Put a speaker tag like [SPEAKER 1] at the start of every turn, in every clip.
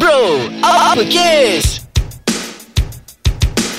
[SPEAKER 1] Bro, apa kes?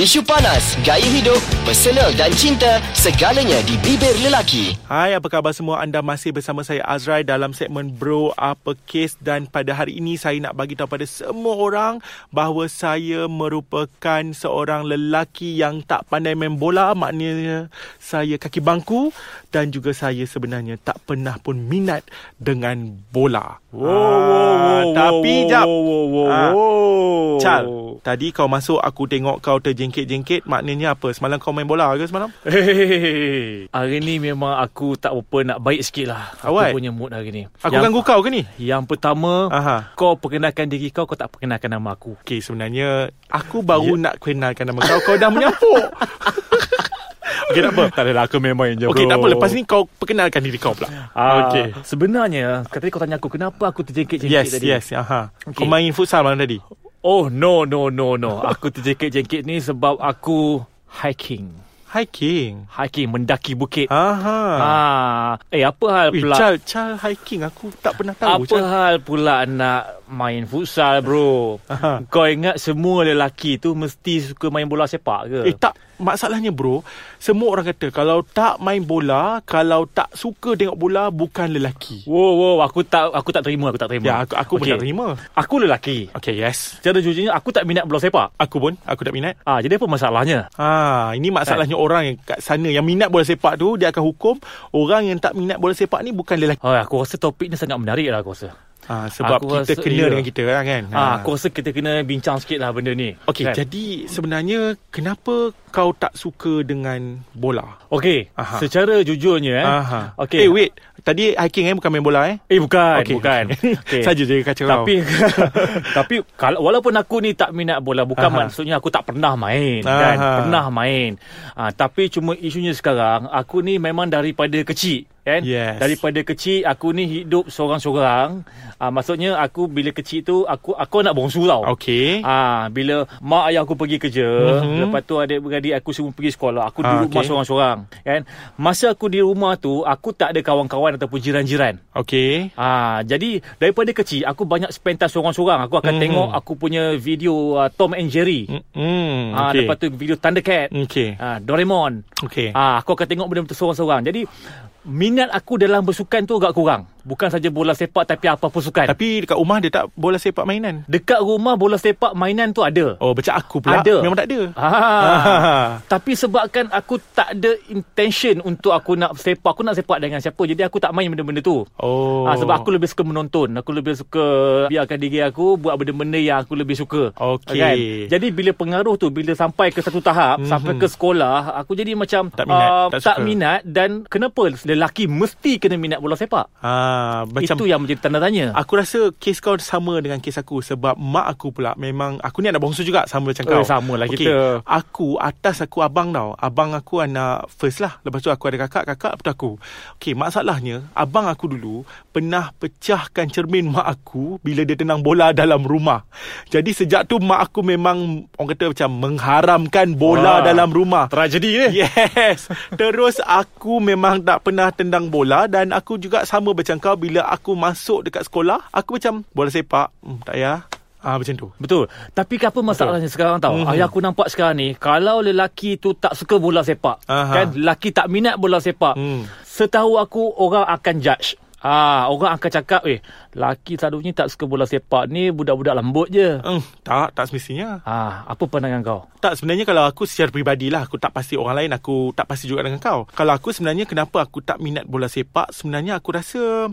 [SPEAKER 1] Isu panas, gaya hidup, personal dan cinta, segalanya di bibir lelaki.
[SPEAKER 2] Hai, apa khabar semua? Anda masih bersama saya Azrai dalam segmen Bro Apa Case dan pada hari ini saya nak bagi tahu pada semua orang bahawa saya merupakan seorang lelaki yang tak pandai main bola, maknanya saya kaki bangku dan juga saya sebenarnya tak pernah pun minat dengan bola. Wow, Ah, tapi jap.
[SPEAKER 3] Wow, wow, wow,
[SPEAKER 2] Ah,
[SPEAKER 3] wow.
[SPEAKER 2] Chal, tadi kau masuk aku tengok kau terjengkit-jengkit, maknanya apa? Semalam kau main bola ke semalam?
[SPEAKER 3] Hehehe. Hari ni memang aku tak apa nak baik sikit lah.
[SPEAKER 2] Alright.
[SPEAKER 3] Aku punya mood hari ni.
[SPEAKER 2] Aku
[SPEAKER 3] yang,
[SPEAKER 2] ganggu kau ke ni?
[SPEAKER 3] Yang pertama,
[SPEAKER 2] Aha.
[SPEAKER 3] kau perkenalkan diri kau, kau tak perkenalkan nama aku.
[SPEAKER 2] Okay sebenarnya Aku baru
[SPEAKER 3] Ya.
[SPEAKER 2] yeah. nak kenalkan nama kau Kau dah menyampuk
[SPEAKER 3] Okay, tak apa. tak adalah, aku main main je
[SPEAKER 2] Okay tak apa Lepas ni kau perkenalkan diri kau pula
[SPEAKER 3] Ah,
[SPEAKER 2] Okey.
[SPEAKER 3] okay. Sebenarnya, tadi kau tanya aku, kenapa aku terjengkit-jengkit
[SPEAKER 2] Yes
[SPEAKER 3] tadi?
[SPEAKER 2] yes aha. Okay. Kau
[SPEAKER 3] Okay.
[SPEAKER 2] main futsal malam tadi
[SPEAKER 3] Oh, no, no, no, no. Aku terjengkit-jengkit ni sebab aku hiking.
[SPEAKER 2] Hiking
[SPEAKER 3] Hiking, mendaki bukit.
[SPEAKER 2] Aha.
[SPEAKER 3] Ah, eh apa hal
[SPEAKER 2] Weh,
[SPEAKER 3] pula?
[SPEAKER 2] Chal, Chal hiking aku tak pernah tahu
[SPEAKER 3] Apa
[SPEAKER 2] Chal.
[SPEAKER 3] hal pula nak main futsal bro?
[SPEAKER 2] Aha.
[SPEAKER 3] Kau ingat semua lelaki tu mesti suka main bola sepak ke?
[SPEAKER 2] Eh tak Masalahnya bro Semua orang kata Kalau tak main bola Kalau tak suka tengok bola Bukan lelaki
[SPEAKER 3] Wow wow aku tak aku tak terima aku tak terima.
[SPEAKER 2] Ya aku, aku pun
[SPEAKER 3] Okey.
[SPEAKER 2] tak terima
[SPEAKER 3] Aku lelaki.
[SPEAKER 2] Okay yes
[SPEAKER 3] Secara jujurnya aku tak minat bola sepak.
[SPEAKER 2] Aku pun Aku tak minat
[SPEAKER 3] Ah jadi apa masalahnya?
[SPEAKER 2] Ha, ini masalahnya orang yang kat sana yang minat bola sepak tu dia akan hukum orang yang tak minat bola sepak ni bukan lelaki.
[SPEAKER 3] Oh, aku rasa topik ni sangat menarik lah aku rasa.
[SPEAKER 2] Ha, sebab
[SPEAKER 3] Aku
[SPEAKER 2] kita
[SPEAKER 3] rasa-
[SPEAKER 2] kena
[SPEAKER 3] ya.
[SPEAKER 2] dengan kita lah kan.
[SPEAKER 3] Ha. Ah, aku rasa kita kena bincang sikit lah benda ni.
[SPEAKER 2] Okey, jadi sebenarnya kenapa kau tak suka dengan bola?
[SPEAKER 3] Okey,
[SPEAKER 2] Aha.
[SPEAKER 3] secara jujurnya eh.
[SPEAKER 2] Aha.
[SPEAKER 3] Okey.
[SPEAKER 2] Eh wait, tadi hiking eh bukan main bola eh?
[SPEAKER 3] Eh bukan,
[SPEAKER 2] Okey,
[SPEAKER 3] okay. bukan.
[SPEAKER 2] Okay. Saja je kacau kau.
[SPEAKER 3] Tapi tapi kalau walaupun aku ni tak minat bola bukan
[SPEAKER 2] Aha.
[SPEAKER 3] Aha. maksudnya aku tak pernah main Aha. kan
[SPEAKER 2] Aha.
[SPEAKER 3] pernah main. Ah tapi cuma isunya sekarang aku ni memang daripada kecil kan
[SPEAKER 2] Yes.
[SPEAKER 3] daripada kecil aku ni hidup seorang-seorang. Ah maksudnya aku bila kecil tu aku aku nak bongsu tau.
[SPEAKER 2] Okey.
[SPEAKER 3] Ah bila mak ayah aku pergi kerja,
[SPEAKER 2] Mhm.
[SPEAKER 3] mm-hmm. lepas tu adik-beradik aku semua pergi sekolah, aku
[SPEAKER 2] Ah,
[SPEAKER 3] duduk rumah
[SPEAKER 2] okey.
[SPEAKER 3] seorang-seorang kan. Masa aku di rumah tu aku tak ada kawan-kawan ataupun jiran-jiran.
[SPEAKER 2] Okey.
[SPEAKER 3] Ah, jadi daripada kecil aku banyak spend time seorang-seorang. Aku
[SPEAKER 2] Mhm.
[SPEAKER 3] akan mm-hmm. tengok aku punya video uh, Tom and Jerry. Mm-hmm.
[SPEAKER 2] Hmm.
[SPEAKER 3] Ah,
[SPEAKER 2] okey.
[SPEAKER 3] lepas tu video Thundercat,
[SPEAKER 2] Okey.
[SPEAKER 3] ah, Doraemon.
[SPEAKER 2] Okey.
[SPEAKER 3] Ah, aku akan tengok benda tu seorang-seorang. Jadi minat aku dalam bersukan tu agak kurang. Bukan saja bola sepak tapi apa-apa sukan.
[SPEAKER 2] Tapi
[SPEAKER 3] Tapi,
[SPEAKER 2] dekat rumah dia tak bola sepak mainan.
[SPEAKER 3] Dekat rumah bola sepak mainan tu ada.
[SPEAKER 2] Oh, macam aku pula
[SPEAKER 3] Ada.
[SPEAKER 2] memang tak ada.
[SPEAKER 3] Ah.
[SPEAKER 2] Ah.
[SPEAKER 3] Tapi sebabkan aku tak ada intention untuk aku nak sepak, aku nak sepak dengan siapa. Jadi aku tak main benda-benda tu.
[SPEAKER 2] Oh.
[SPEAKER 3] Ah, sebab aku lebih suka menonton. Aku lebih suka biarkan diri aku buat benda-benda yang aku lebih suka. Kan?
[SPEAKER 2] Okey.
[SPEAKER 3] Jadi bila pengaruh tu bila sampai ke satu tahap,
[SPEAKER 2] Mhm.
[SPEAKER 3] mm-hmm. sampai ke sekolah, aku jadi macam ah,
[SPEAKER 2] Tak minat, tak
[SPEAKER 3] tak
[SPEAKER 2] suka.
[SPEAKER 3] minat dan kenapa lelaki mesti kena minat bola sepak?
[SPEAKER 2] Ah, macam Ah,
[SPEAKER 3] Itu yang menjadi tanda tanya.
[SPEAKER 2] Aku rasa kes kau sama dengan kes aku sebab mak aku pula memang aku ni anak bongsu juga sama macam
[SPEAKER 3] Eh,
[SPEAKER 2] kau.
[SPEAKER 3] sama lah
[SPEAKER 2] Okey,
[SPEAKER 3] kita.
[SPEAKER 2] Aku atas aku abang tau. Abang aku anak first lah. Lepas tu aku ada kakak, kakak lepas tu aku. Okey, masalahnya abang aku dulu pernah pecahkan cermin mak aku bila dia tenang bola dalam rumah. Jadi sejak tu mak aku memang orang kata macam mengharamkan bola
[SPEAKER 3] Wah.
[SPEAKER 2] dalam rumah.
[SPEAKER 3] Tragedi ni.
[SPEAKER 2] Yes Terus aku memang tak pernah tendang bola Dan aku juga sama macam kau Bila aku masuk dekat sekolah Aku macam bola sepak hmm, Tak payah Ah Macam tu
[SPEAKER 3] Betul. Tapi apa masalahnya Betul. sekarang tau?
[SPEAKER 2] Mhm.
[SPEAKER 3] Mm-hmm. Ayah aku nampak sekarang ni kalau lelaki tu tak suka bola sepak,
[SPEAKER 2] Aha.
[SPEAKER 3] kan lelaki tak minat bola sepak.
[SPEAKER 2] Hmm.
[SPEAKER 3] Mm. Setahu aku orang akan judge. Ah, orang akan cakap, "Eh, lelaki selalunya tak suka bola sepak ni budak-budak lembut je."
[SPEAKER 2] Hmm, tak, tak semestinya
[SPEAKER 3] Ah, apa pandangan kau?
[SPEAKER 2] Tak, sebenarnya kalau aku secara peribadilah Aku tak pasti orang lain Aku tak pasti juga dengan kau Kalau aku sebenarnya Kenapa aku tak minat bola sepak Sebenarnya aku rasa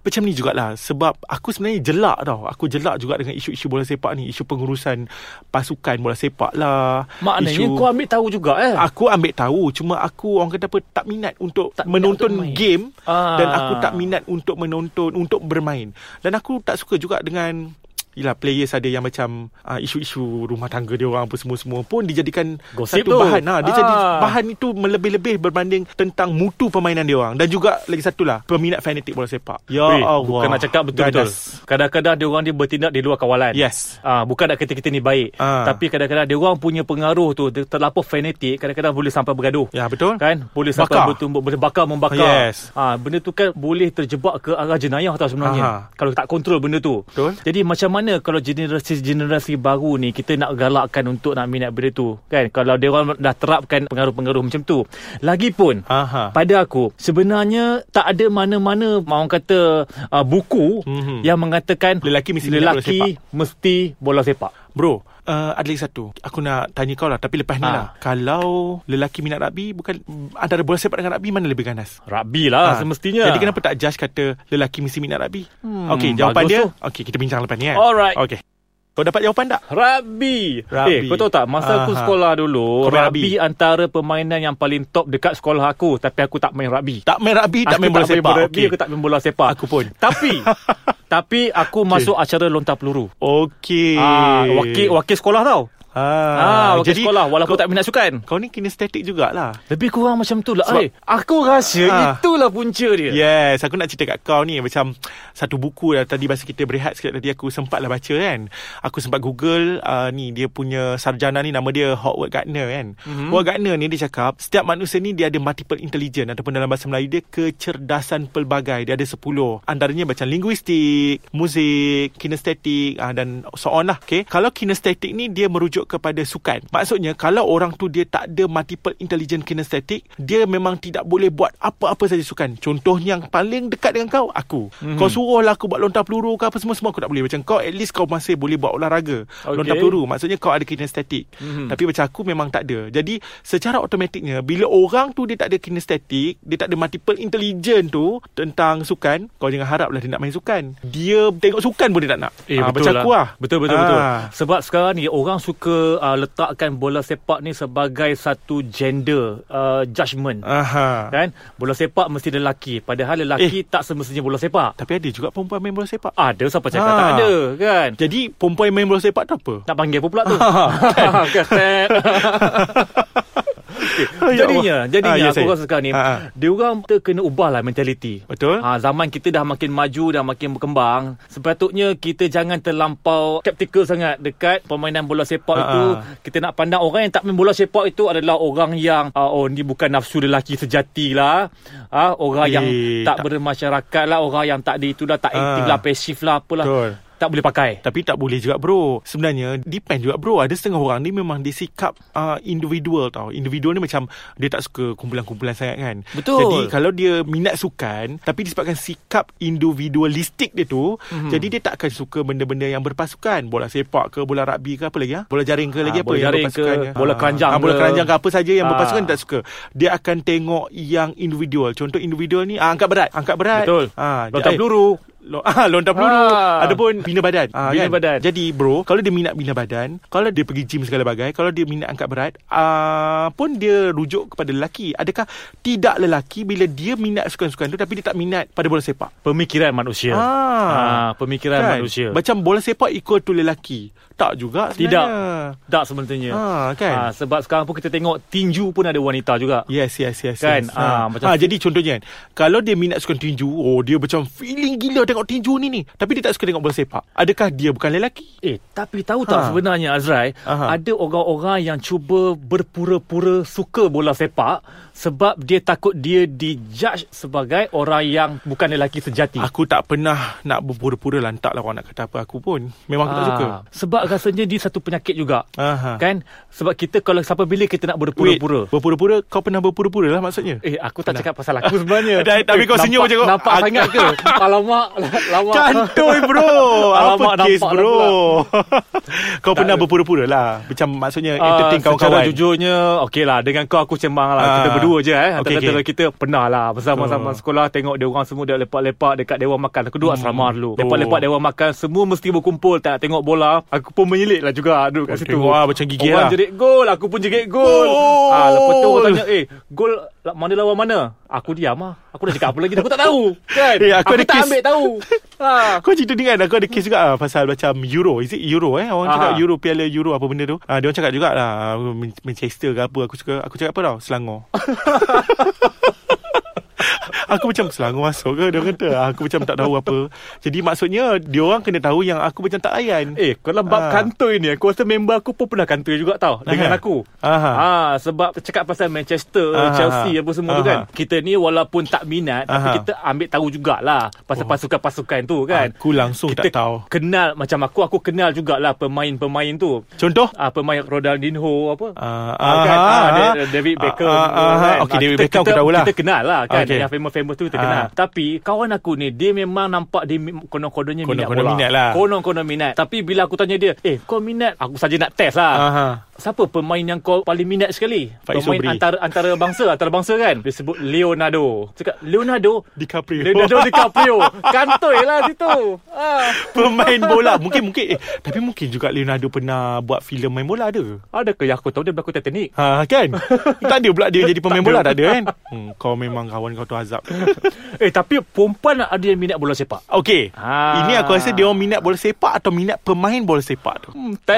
[SPEAKER 2] Macam ni jugalah Sebab aku sebenarnya jelak tau Aku jelak juga dengan isu-isu bola sepak ni Isu pengurusan pasukan bola sepak lah
[SPEAKER 3] Maknanya
[SPEAKER 2] isu... Ah,
[SPEAKER 3] kau ambil tahu juga eh.
[SPEAKER 2] Aku ambil tahu Cuma aku orang kata apa Tak minat untuk tak
[SPEAKER 3] Tak minat
[SPEAKER 2] menonton
[SPEAKER 3] untuk main.
[SPEAKER 2] game
[SPEAKER 3] Ah.
[SPEAKER 2] Dan aku tak minat untuk menonton Untuk bermain Dan aku tak suka juga dengan Yelah players ada yang macam uh, Isu-isu rumah tangga dia orang apa semua-semua pun Dijadikan
[SPEAKER 3] Gosip
[SPEAKER 2] satu
[SPEAKER 3] tu.
[SPEAKER 2] bahan ha. Dia
[SPEAKER 3] Ah.
[SPEAKER 2] jadi bahan itu melebih-lebih Berbanding tentang mutu permainan dia orang Dan juga lagi satulah Peminat fanatik bola sepak Ya
[SPEAKER 3] Weh,
[SPEAKER 2] Allah
[SPEAKER 3] bukan nak cakap betul-betul.
[SPEAKER 2] Ganas.
[SPEAKER 3] Kadang-kadang dia orang ni bertindak di luar kawalan.
[SPEAKER 2] Yes
[SPEAKER 3] Ah, bukan nak kata kita ni baik.
[SPEAKER 2] Ah.
[SPEAKER 3] Tapi kadang-kadang dia orang punya pengaruh tu dia terlampau fanatik, kadang-kadang boleh sampai bergaduh.
[SPEAKER 2] Ya betul
[SPEAKER 3] kan boleh sampai
[SPEAKER 2] Bakar.
[SPEAKER 3] bertumbuk boleh bakar membakar
[SPEAKER 2] Yes.
[SPEAKER 3] ha, benda tu kan boleh terjebak ke arah jenayah tau sebenarnya
[SPEAKER 2] Aha.
[SPEAKER 3] kalau tak kontrol benda tu
[SPEAKER 2] Betul.
[SPEAKER 3] jadi macam mana mana kalau generasi-generasi baru ni kita nak galakkan untuk nak minat benda tu kan kalau dia orang dah terapkan pengaruh-pengaruh macam tu lagipun
[SPEAKER 2] Aha.
[SPEAKER 3] pada aku sebenarnya tak ada mana-mana mau kata uh, buku mm-hmm. yang mengatakan
[SPEAKER 2] Mhm. Lelaki mesti minat bola
[SPEAKER 3] lelaki
[SPEAKER 2] sepak.
[SPEAKER 3] mesti bola sepak
[SPEAKER 2] Bro, uh, ada lagi satu. Aku nak tanya kau lah tapi lepas ni
[SPEAKER 3] Ah.
[SPEAKER 2] lah. Kalau lelaki minat rugby bukan antara bola sepak dengan rugby mana lebih ganas?
[SPEAKER 3] rugby
[SPEAKER 2] Ah,
[SPEAKER 3] lah semestinya
[SPEAKER 2] Jadi kenapa tak judge kata lelaki mesti minat rugby?
[SPEAKER 3] Hmm,
[SPEAKER 2] Okey, jawapan
[SPEAKER 3] bagus
[SPEAKER 2] dia.
[SPEAKER 3] tu.
[SPEAKER 2] Okey, kita bincang lepas ni kan.
[SPEAKER 3] Alright.
[SPEAKER 2] Okey. Kau dapat jawapan tak?
[SPEAKER 3] Rugby.
[SPEAKER 2] Rugby.
[SPEAKER 3] Eh, kau tahu tak masa aku
[SPEAKER 2] Aha.
[SPEAKER 3] sekolah dulu,
[SPEAKER 2] Kau main
[SPEAKER 3] rugby
[SPEAKER 2] rugby?
[SPEAKER 3] antara permainan yang paling top dekat sekolah aku, tapi aku tak main rugby.
[SPEAKER 2] Tak main rugby, tak
[SPEAKER 3] aku
[SPEAKER 2] main bola
[SPEAKER 3] tak main
[SPEAKER 2] sepak.
[SPEAKER 3] bola rugby,
[SPEAKER 2] Okey.
[SPEAKER 3] aku tak main bola sepak.
[SPEAKER 2] Aku pun.
[SPEAKER 3] tapi tapi aku okay. masuk acara lontar peluru.
[SPEAKER 2] Okey.
[SPEAKER 3] Ah, wakil wakil sekolah tau. Ah, wakil
[SPEAKER 2] jadi
[SPEAKER 3] sekolah walaupun
[SPEAKER 2] kau,
[SPEAKER 3] tak minat sukan.
[SPEAKER 2] kau ni kinestetik jugalah.
[SPEAKER 3] Lebih kurang macam tu lah.
[SPEAKER 2] Sebab-
[SPEAKER 3] eh, aku rasa
[SPEAKER 2] Ah. Ya.
[SPEAKER 3] itulah punca dia.
[SPEAKER 2] Yes, aku nak cerita kat kau ni macam satu buku dah tadi masa kita berehat sikit tadi aku sempatlah baca kan. Aku sempat Google uh, ni dia punya sarjana ni nama dia Howard Gardner kan. Mm-hmm. Howard Gardner ni dia cakap setiap manusia ni dia ada multiple intelligence ataupun dalam bahasa Melayu dia kecerdasan pelbagai. Dia ada 10. Antaranya macam linguistik, muzik, kinestetik uh, dan so on lah. Okay. Kalau kinestetik ni dia merujuk kepada sukan. Maksudnya kalau orang tu dia tak ada multiple intelligence kinestetik, dia memang tidak boleh buat apa-apa saja sukan. Contohnya yang paling dekat dengan kau, aku. Mm-hmm. Kau suruh lah aku buat lontar peluru ke apa semua-semua aku tak boleh. Macam kau at least kau masih boleh buat olahraga.
[SPEAKER 3] Okey.
[SPEAKER 2] Okay. Lontar peluru. Maksudnya kau ada kinestetik.
[SPEAKER 3] Mhm.
[SPEAKER 2] Mm-hmm. Tapi macam aku memang tak ada. Jadi secara automatiknya bila orang tu dia tak ada kinestetik, dia tak ada multiple intelligence tu tentang sukan, kau jangan haraplah dia nak main sukan. Dia tengok sukan pun dia tak nak.
[SPEAKER 3] Eh,
[SPEAKER 2] Ah,
[SPEAKER 3] betul
[SPEAKER 2] macam
[SPEAKER 3] lah.
[SPEAKER 2] aku lah.
[SPEAKER 3] Betul, betul, betul.
[SPEAKER 2] Ah.
[SPEAKER 3] Sebab sekarang ni orang suka uh, letakkan bola sepak ni sebagai satu gender uh, judgement.
[SPEAKER 2] Aha.
[SPEAKER 3] Kan? Bola sepak mesti lelaki. Padahal lelaki eh. tak semestinya bola sepak.
[SPEAKER 2] Tapi ada juga perempuan main bola sepak.
[SPEAKER 3] Ada siapa cakap
[SPEAKER 2] Ah.
[SPEAKER 3] tak ada, kan?
[SPEAKER 2] Jadi perempuan main bola sepak tu apa?
[SPEAKER 3] Nak panggil apa pula tu?
[SPEAKER 2] Ah.
[SPEAKER 3] Keset.
[SPEAKER 2] Ya
[SPEAKER 3] jadinya,
[SPEAKER 2] Allah.
[SPEAKER 3] jadinya
[SPEAKER 2] Ah, ya,
[SPEAKER 3] aku
[SPEAKER 2] saya.
[SPEAKER 3] rasa sekarang ni,
[SPEAKER 2] Ah, ah.
[SPEAKER 3] dia orang kita kena ubahlah mentaliti.
[SPEAKER 2] Betul.
[SPEAKER 3] Ha, zaman kita dah makin maju dah makin berkembang. Sepatutnya kita jangan terlampau skeptikal sangat dekat permainan bola sepak
[SPEAKER 2] Ha,
[SPEAKER 3] itu.
[SPEAKER 2] ha.
[SPEAKER 3] Kita nak pandang orang yang tak main bola sepak itu adalah orang yang uh, oh ni bukan nafsu lelaki sejati lah. Ah orang
[SPEAKER 2] Eh,
[SPEAKER 3] yang tak,
[SPEAKER 2] tak-
[SPEAKER 3] bermasyarakat lah, orang yang tak ada itulah, tak aktif
[SPEAKER 2] Ah.
[SPEAKER 3] lah, pasif lah apalah.
[SPEAKER 2] Betul.
[SPEAKER 3] Tak boleh pakai.
[SPEAKER 2] Tapi tak boleh juga bro Sebenarnya Depend juga bro Ada setengah orang ni Memang dia sikap uh, Individual tau Individual ni macam Dia tak suka Kumpulan-kumpulan sangat kan
[SPEAKER 3] Betul.
[SPEAKER 2] Jadi kalau dia Minat sukan Tapi disebabkan sikap Individualistik dia tu
[SPEAKER 3] Mhm.
[SPEAKER 2] mm-hmm. Jadi dia tak akan suka Benda-benda yang berpasukan Bola sepak ke Bola rugby ke Apa lagi ha? Bola jaring ke lagi
[SPEAKER 3] Ah,
[SPEAKER 2] apa
[SPEAKER 3] bola
[SPEAKER 2] yang
[SPEAKER 3] jaring
[SPEAKER 2] berpasukan
[SPEAKER 3] ke, bola keranjang
[SPEAKER 2] ha, Bola
[SPEAKER 3] ke.
[SPEAKER 2] keranjang ke apa saja Yang
[SPEAKER 3] Ah.
[SPEAKER 2] berpasukan dia tak suka Dia akan tengok Yang individual Contoh individual ni ah, Angkat berat Angkat berat
[SPEAKER 3] Betul.
[SPEAKER 2] ah,
[SPEAKER 3] Lontar
[SPEAKER 2] eh,
[SPEAKER 3] peluru.
[SPEAKER 2] lo- ah, Lontar peluru
[SPEAKER 3] Ah.
[SPEAKER 2] Ada pun bina badan ah,
[SPEAKER 3] Bina badan.
[SPEAKER 2] jadi bro Kalau dia minat bina badan Kalau dia pergi gym segala bagai Kalau dia minat angkat berat uh, Pun dia rujuk kepada lelaki Adakah tidak lelaki Bila dia minat sukan-sukan tu Tapi dia tak minat pada bola sepak
[SPEAKER 3] Pemikiran manusia. Ah, Kan?
[SPEAKER 2] Ah.
[SPEAKER 3] pemikiran manusia.
[SPEAKER 2] Macam bola sepak equal to lelaki Tak juga
[SPEAKER 3] Tidak.
[SPEAKER 2] sebenarnya
[SPEAKER 3] Tak sebenarnya.
[SPEAKER 2] Ah, kan?
[SPEAKER 3] Ah, sebab sekarang pun kita tengok tinju pun ada wanita juga.
[SPEAKER 2] Yes, yes, yes.
[SPEAKER 3] Kan?
[SPEAKER 2] yes.
[SPEAKER 3] Ah,
[SPEAKER 2] Ha.
[SPEAKER 3] macam-
[SPEAKER 2] Macam ha, jadi contohnya kan, kalau dia minat sukan tinju, oh dia macam feeling gila tengok tinju ni ni. Tapi dia tak suka tengok bola sepak. Adakah dia bukan lelaki?
[SPEAKER 3] Eh, tapi tahu tak
[SPEAKER 2] Ha.
[SPEAKER 3] sebenarnya Azrai,
[SPEAKER 2] Aha.
[SPEAKER 3] ada orang-orang yang cuba berpura-pura suka bola sepak sebab dia takut dia dijudge sebagai orang yang bukan lelaki sejati.
[SPEAKER 2] Aku tak pernah nak berpura-pura lantak lah orang nak kata apa aku pun. Memang aku tak suka.
[SPEAKER 3] Ah, Sebab rasanya dia satu penyakit juga.
[SPEAKER 2] Aha.
[SPEAKER 3] Kan? Sebab kita kalau sampai bila kita nak
[SPEAKER 2] Wait,
[SPEAKER 3] berpura-pura.
[SPEAKER 2] berpura-pura kau pernah berpura-pura lah maksudnya.
[SPEAKER 3] Eh, aku tak cakap pasal aku sebenarnya.
[SPEAKER 2] Dah, tapi
[SPEAKER 3] Eh,
[SPEAKER 2] kau senyum
[SPEAKER 3] nampak-
[SPEAKER 2] macam kau-
[SPEAKER 3] Nampak
[SPEAKER 2] Ak-
[SPEAKER 3] sangat ke? Alamak, alamak.
[SPEAKER 2] Kantoi bro
[SPEAKER 3] Alamak,
[SPEAKER 2] Apa kes
[SPEAKER 3] nampak lah
[SPEAKER 2] bro Kau
[SPEAKER 3] Tak
[SPEAKER 2] pernah
[SPEAKER 3] ada.
[SPEAKER 2] berpura-pura lah Macam maksudnya
[SPEAKER 3] Ah,
[SPEAKER 2] Entertain
[SPEAKER 3] Secara
[SPEAKER 2] kawan-kawan
[SPEAKER 3] jujurnya Okey lah Dengan kau aku cemang lah
[SPEAKER 2] Ah.
[SPEAKER 3] Kita berdua je eh
[SPEAKER 2] Okey,
[SPEAKER 3] Antara-antara
[SPEAKER 2] okey.
[SPEAKER 3] kita Pernah lah Bersama-sama
[SPEAKER 2] Betul. Hmm.
[SPEAKER 3] sekolah Tengok dia orang semua Dah lepak-lepak Dekat dewan makan Aku duduk asrama dulu Lepak-lepak
[SPEAKER 2] Oh.
[SPEAKER 3] dewan makan Semua mesti berkumpul Tak nak tengok bola Aku pun menyelit lah juga Duduk kat
[SPEAKER 2] Oh,
[SPEAKER 3] situ
[SPEAKER 2] tengok lah, macam gigih
[SPEAKER 3] Orang
[SPEAKER 2] lah. Oh.
[SPEAKER 3] jerit gol Aku pun jerit gol
[SPEAKER 2] Gol!
[SPEAKER 3] ah, Lepas tu orang tanya Eh gol la- Mana lawan mana Aku diam lah Aku dah cakap apa lagi dah, Aku tak tahu Kan
[SPEAKER 2] Eh, aku ada
[SPEAKER 3] tak
[SPEAKER 2] kes.
[SPEAKER 3] ambil tahu ha.
[SPEAKER 2] Kau cerita ni kan Aku ada kes juga lah, Pasal macam Euro Is it Euro eh Orang
[SPEAKER 3] Aha.
[SPEAKER 2] cakap Euro Piala Euro apa benda tu ah, Dia orang cakap jugalah Man- Manchester ke apa Aku suka Aku cakap apa tau Selangor Aku macam Selangor masuk ke Dia kata Ah, Aku macam tak tahu apa Jadi maksudnya Dia orang kena tahu Yang aku macam tak layan
[SPEAKER 3] Eh, kalau bab
[SPEAKER 2] Ah.
[SPEAKER 3] kantoi ni, aku rasa member aku pun pernah kantoi juga tau dengan
[SPEAKER 2] Aha.
[SPEAKER 3] aku.
[SPEAKER 2] Aha.
[SPEAKER 3] Ha, sebab cakap pasal Manchester,
[SPEAKER 2] Aha.
[SPEAKER 3] Chelsea apa semua tu
[SPEAKER 2] Aha.
[SPEAKER 3] kan. Kita ni walaupun tak minat, tapi
[SPEAKER 2] Aha. Oh.
[SPEAKER 3] kita ambil tahu jugalah pasal pasukan-pasukan tu kan.
[SPEAKER 2] Aku langsung
[SPEAKER 3] kita
[SPEAKER 2] tak tahu
[SPEAKER 3] kenal macam aku aku kenal jugalah pemain-pemain tu.
[SPEAKER 2] Contoh
[SPEAKER 3] Ah pemain Ronaldinho apa?
[SPEAKER 2] Ah,
[SPEAKER 3] Ah, kan?
[SPEAKER 2] ah,
[SPEAKER 3] Ah,
[SPEAKER 2] ah,
[SPEAKER 3] Da- David
[SPEAKER 2] ah,
[SPEAKER 3] Beckham
[SPEAKER 2] ah,
[SPEAKER 3] semua
[SPEAKER 2] ah,
[SPEAKER 3] kan.
[SPEAKER 2] okey,
[SPEAKER 3] Ah,
[SPEAKER 2] David
[SPEAKER 3] kita-
[SPEAKER 2] Beckham aku
[SPEAKER 3] kita-
[SPEAKER 2] tahulah.
[SPEAKER 3] Kita kenal lah kan
[SPEAKER 2] Okey.
[SPEAKER 3] Yang famous-famous tu kita kenal
[SPEAKER 2] Ah.
[SPEAKER 3] Tapi kawan aku ni Dia memang nampak Dia mem- konon-kononnya minat bola
[SPEAKER 2] Konon-konon minat lah.
[SPEAKER 3] Konon-konon minat Tapi bila aku tanya dia Eh kau minat Aku saja nak test lah
[SPEAKER 2] Aha.
[SPEAKER 3] Siapa pemain yang kau paling minat sekali?
[SPEAKER 2] Faiz
[SPEAKER 3] pemain
[SPEAKER 2] Sobri.
[SPEAKER 3] antara antara bangsa, antara bangsa kan? Dia sebut Leonardo. Cakap Leonardo
[SPEAKER 2] DiCaprio.
[SPEAKER 3] Leonardo DiCaprio. Kantoi lah situ. Ah.
[SPEAKER 2] Pemain bola Mungkin mungkin eh, Tapi mungkin juga Leonardo pernah Buat filem main bola ada ke?
[SPEAKER 3] Adakah yang aku tahu dia berlakon Titanic?
[SPEAKER 2] Ha kan Tak ada pula dia jadi pemain bola Tak ada kan hmm, Kau memang kawan kau tu azab
[SPEAKER 3] Eh tapi perempuan ada yang minat bola sepak.
[SPEAKER 2] Okay
[SPEAKER 3] Ah.
[SPEAKER 2] Ini aku rasa dia orang minat bola sepak Atau minat pemain bola sepak tu
[SPEAKER 3] Hmm, teh.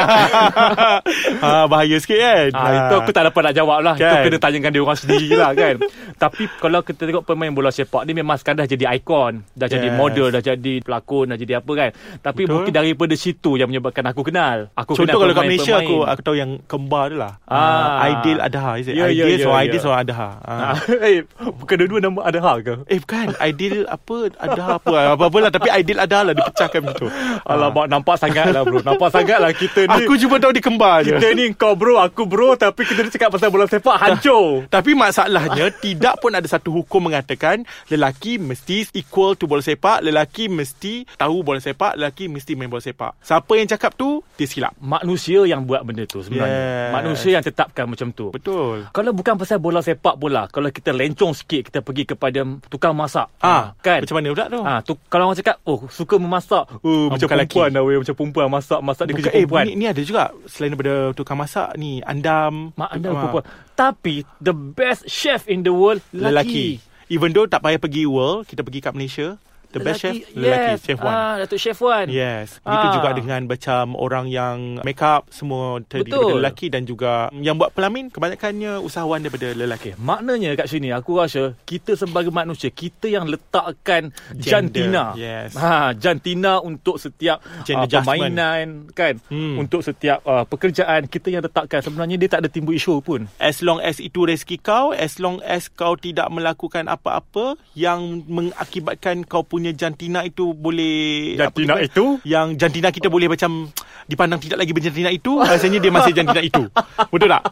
[SPEAKER 2] Ah. ha, Bahaya sikit kan
[SPEAKER 3] Ah, itu aku tak dapat nak jawab lah Itu
[SPEAKER 2] Kan?
[SPEAKER 3] kena tanyakan dia orang sendiri lah kan Tapi kalau kita tengok pemain bola sepak ni Memang sekadar jadi ikon Dah jadi
[SPEAKER 2] Yes.
[SPEAKER 3] model Dah jadi pelakon Dah jadi apa kan Tapi
[SPEAKER 2] Betul.
[SPEAKER 3] mungkin daripada situ Yang menyebabkan aku kenal Aku
[SPEAKER 2] Contoh
[SPEAKER 3] kenal
[SPEAKER 2] kalau kat
[SPEAKER 3] pemain-
[SPEAKER 2] Malaysia
[SPEAKER 3] pemain.
[SPEAKER 2] aku aku tahu yang kembar tu lah.
[SPEAKER 3] Ah.
[SPEAKER 2] Ah. Aidil Adha is it?
[SPEAKER 3] Ya, ya,
[SPEAKER 2] Aidil
[SPEAKER 3] ya,
[SPEAKER 2] so
[SPEAKER 3] ya.
[SPEAKER 2] Aidil so Adha. Ah.
[SPEAKER 3] ah, Eh bukan dua-dua nama ada hal ke
[SPEAKER 2] Eh bukan Aidil apa Adha apa apa lah tapi Aidil Adha lah dipecahkan macam tu.
[SPEAKER 3] Alamak nampak sangat lah bro Nampak sangat lah kita ni
[SPEAKER 2] Ah. Aku cuma tahu dia kembar je.
[SPEAKER 3] Kita ni kau bro Aku bro Tapi kita ni cakap pasal bola sepak Hancur
[SPEAKER 2] Tapi masalahnya tidak pun ada satu hukum mengatakan lelaki mesti equal to bola sepak, lelaki mesti tahu bola sepak, lelaki mesti main bola sepak. Siapa yang cakap tu dia silap.
[SPEAKER 3] Manusia yang buat benda tu sebenarnya
[SPEAKER 2] Yes.
[SPEAKER 3] Manusia yang tetapkan macam tu
[SPEAKER 2] Betul.
[SPEAKER 3] Kalau bukan pasal bola sepak bola, kalau kita lencong sikit kita pergi kepada tukang masak.
[SPEAKER 2] Ah,
[SPEAKER 3] kan?
[SPEAKER 2] Macam mana pula tu?
[SPEAKER 3] Ah, tu kalau orang cakap, "Oh, suka memasak." Oh,
[SPEAKER 2] Ah,
[SPEAKER 3] macam
[SPEAKER 2] bukan
[SPEAKER 3] perempuan
[SPEAKER 2] lelaki.
[SPEAKER 3] dah weh, macam perempuan masak, masak dia kerja
[SPEAKER 2] Bukan, eh,
[SPEAKER 3] perempuan.
[SPEAKER 2] ni, ni ada juga Selain daripada tukang masak Ni andam
[SPEAKER 3] Mak anda
[SPEAKER 2] Ah.
[SPEAKER 3] perempuan. Tapi the best chef in the world
[SPEAKER 2] lelaki.
[SPEAKER 3] lelaki.
[SPEAKER 2] Even though tak payah pergi world, kita pergi kat Malaysia, the best chef lelaki,
[SPEAKER 3] yes.
[SPEAKER 2] chef Wan.
[SPEAKER 3] Ah, Datuk Chef Wan.
[SPEAKER 2] Yes. Begitu
[SPEAKER 3] Ah.
[SPEAKER 2] juga dengan macam orang yang make up semua ter-
[SPEAKER 3] Betul.
[SPEAKER 2] daripada lelaki dan juga yang buat pelamin kebanyakannya usahawan daripada lelaki.
[SPEAKER 3] Maknanya kat sini aku rasa kita sebagai manusia kita yang letakkan
[SPEAKER 2] Gender,
[SPEAKER 3] jantina.
[SPEAKER 2] yes.
[SPEAKER 3] Ha jantina untuk setiap
[SPEAKER 2] Gender
[SPEAKER 3] uh, permainan kan
[SPEAKER 2] Hmm.
[SPEAKER 3] hmm. untuk setiap uh, pekerjaan kita yang letakkan sebenarnya dia tak ada timbul isu pun.
[SPEAKER 2] As long as itu rezeki kau, as long as kau tidak melakukan apa-apa yang mengakibatkan kau punya jantina itu boleh
[SPEAKER 3] Jantina
[SPEAKER 2] apa kita-
[SPEAKER 3] itu?
[SPEAKER 2] yang jantina kita boleh macam dipandang tidak lagi berjantina itu, rasanya dia masih jantina itu. Betul tak?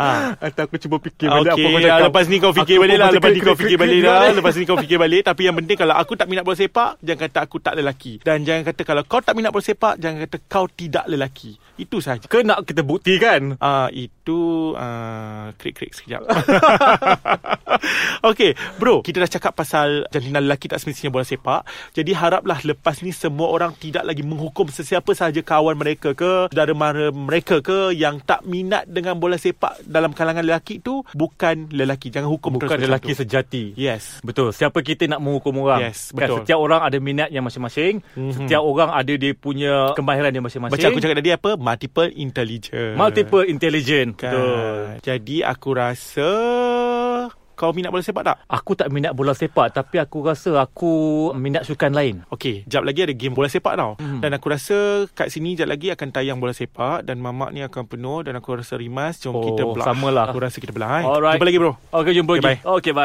[SPEAKER 2] Ha.
[SPEAKER 3] Atau aku cuba fikir
[SPEAKER 2] Okey, ah, lepas ni kau fikir balik lah. Lepas ni kau fikir balik lah. Lepas ni kau fikir balik. Tapi yang penting kalau aku tak minat bola sepak, jangan kata aku tak lelaki. Dan jangan kata kalau kau tak minat bola sepak, jangan kata kau tidak lelaki. Itu sahaja.
[SPEAKER 3] ke nak kita buktikan.
[SPEAKER 2] Ah uh, itu uh, krik-krik sekejap. Okey, bro, kita dah cakap pasal jantina lelaki tak semestinya bola sepak. Jadi haraplah lepas ni semua orang tidak lagi menghukum sesiapa sahaja kawan mereka ke, saudara mara mereka ke yang tak minat dengan bola sepak dalam kalangan lelaki tu bukan lelaki. Jangan hukum
[SPEAKER 3] Bukan
[SPEAKER 2] terus
[SPEAKER 3] lelaki
[SPEAKER 2] macam tu.
[SPEAKER 3] sejati.
[SPEAKER 2] Yes.
[SPEAKER 3] Betul. Siapa kita nak menghukum orang?
[SPEAKER 2] Yes, betul. Mhm.
[SPEAKER 3] Kan, setiap orang ada minat yang masing-masing. Mm-hmm. Setiap orang ada dia punya kemahiran dia masing-masing.
[SPEAKER 2] Macam aku cakap tadi apa? Multiple intelligence.
[SPEAKER 3] Multiple intelligent.
[SPEAKER 2] Kan.
[SPEAKER 3] Betul.
[SPEAKER 2] Jadi aku rasa kau minat bola sepak tak?
[SPEAKER 3] Aku tak minat bola sepak tapi aku rasa aku minat sukan lain.
[SPEAKER 2] Okey, jap lagi ada game bola sepak tau. Hmm. Dan aku rasa kat sini jap lagi akan tayang bola sepak dan mamak ni akan penuh dan aku rasa rimas. Jom
[SPEAKER 3] Oh,
[SPEAKER 2] kita belah.
[SPEAKER 3] samalah.
[SPEAKER 2] Aku rasa kita belah. Eh.
[SPEAKER 3] Alright.
[SPEAKER 2] Jumpa lagi bro.
[SPEAKER 3] Okey jumpa
[SPEAKER 2] Okay,
[SPEAKER 3] lagi. Okey bye.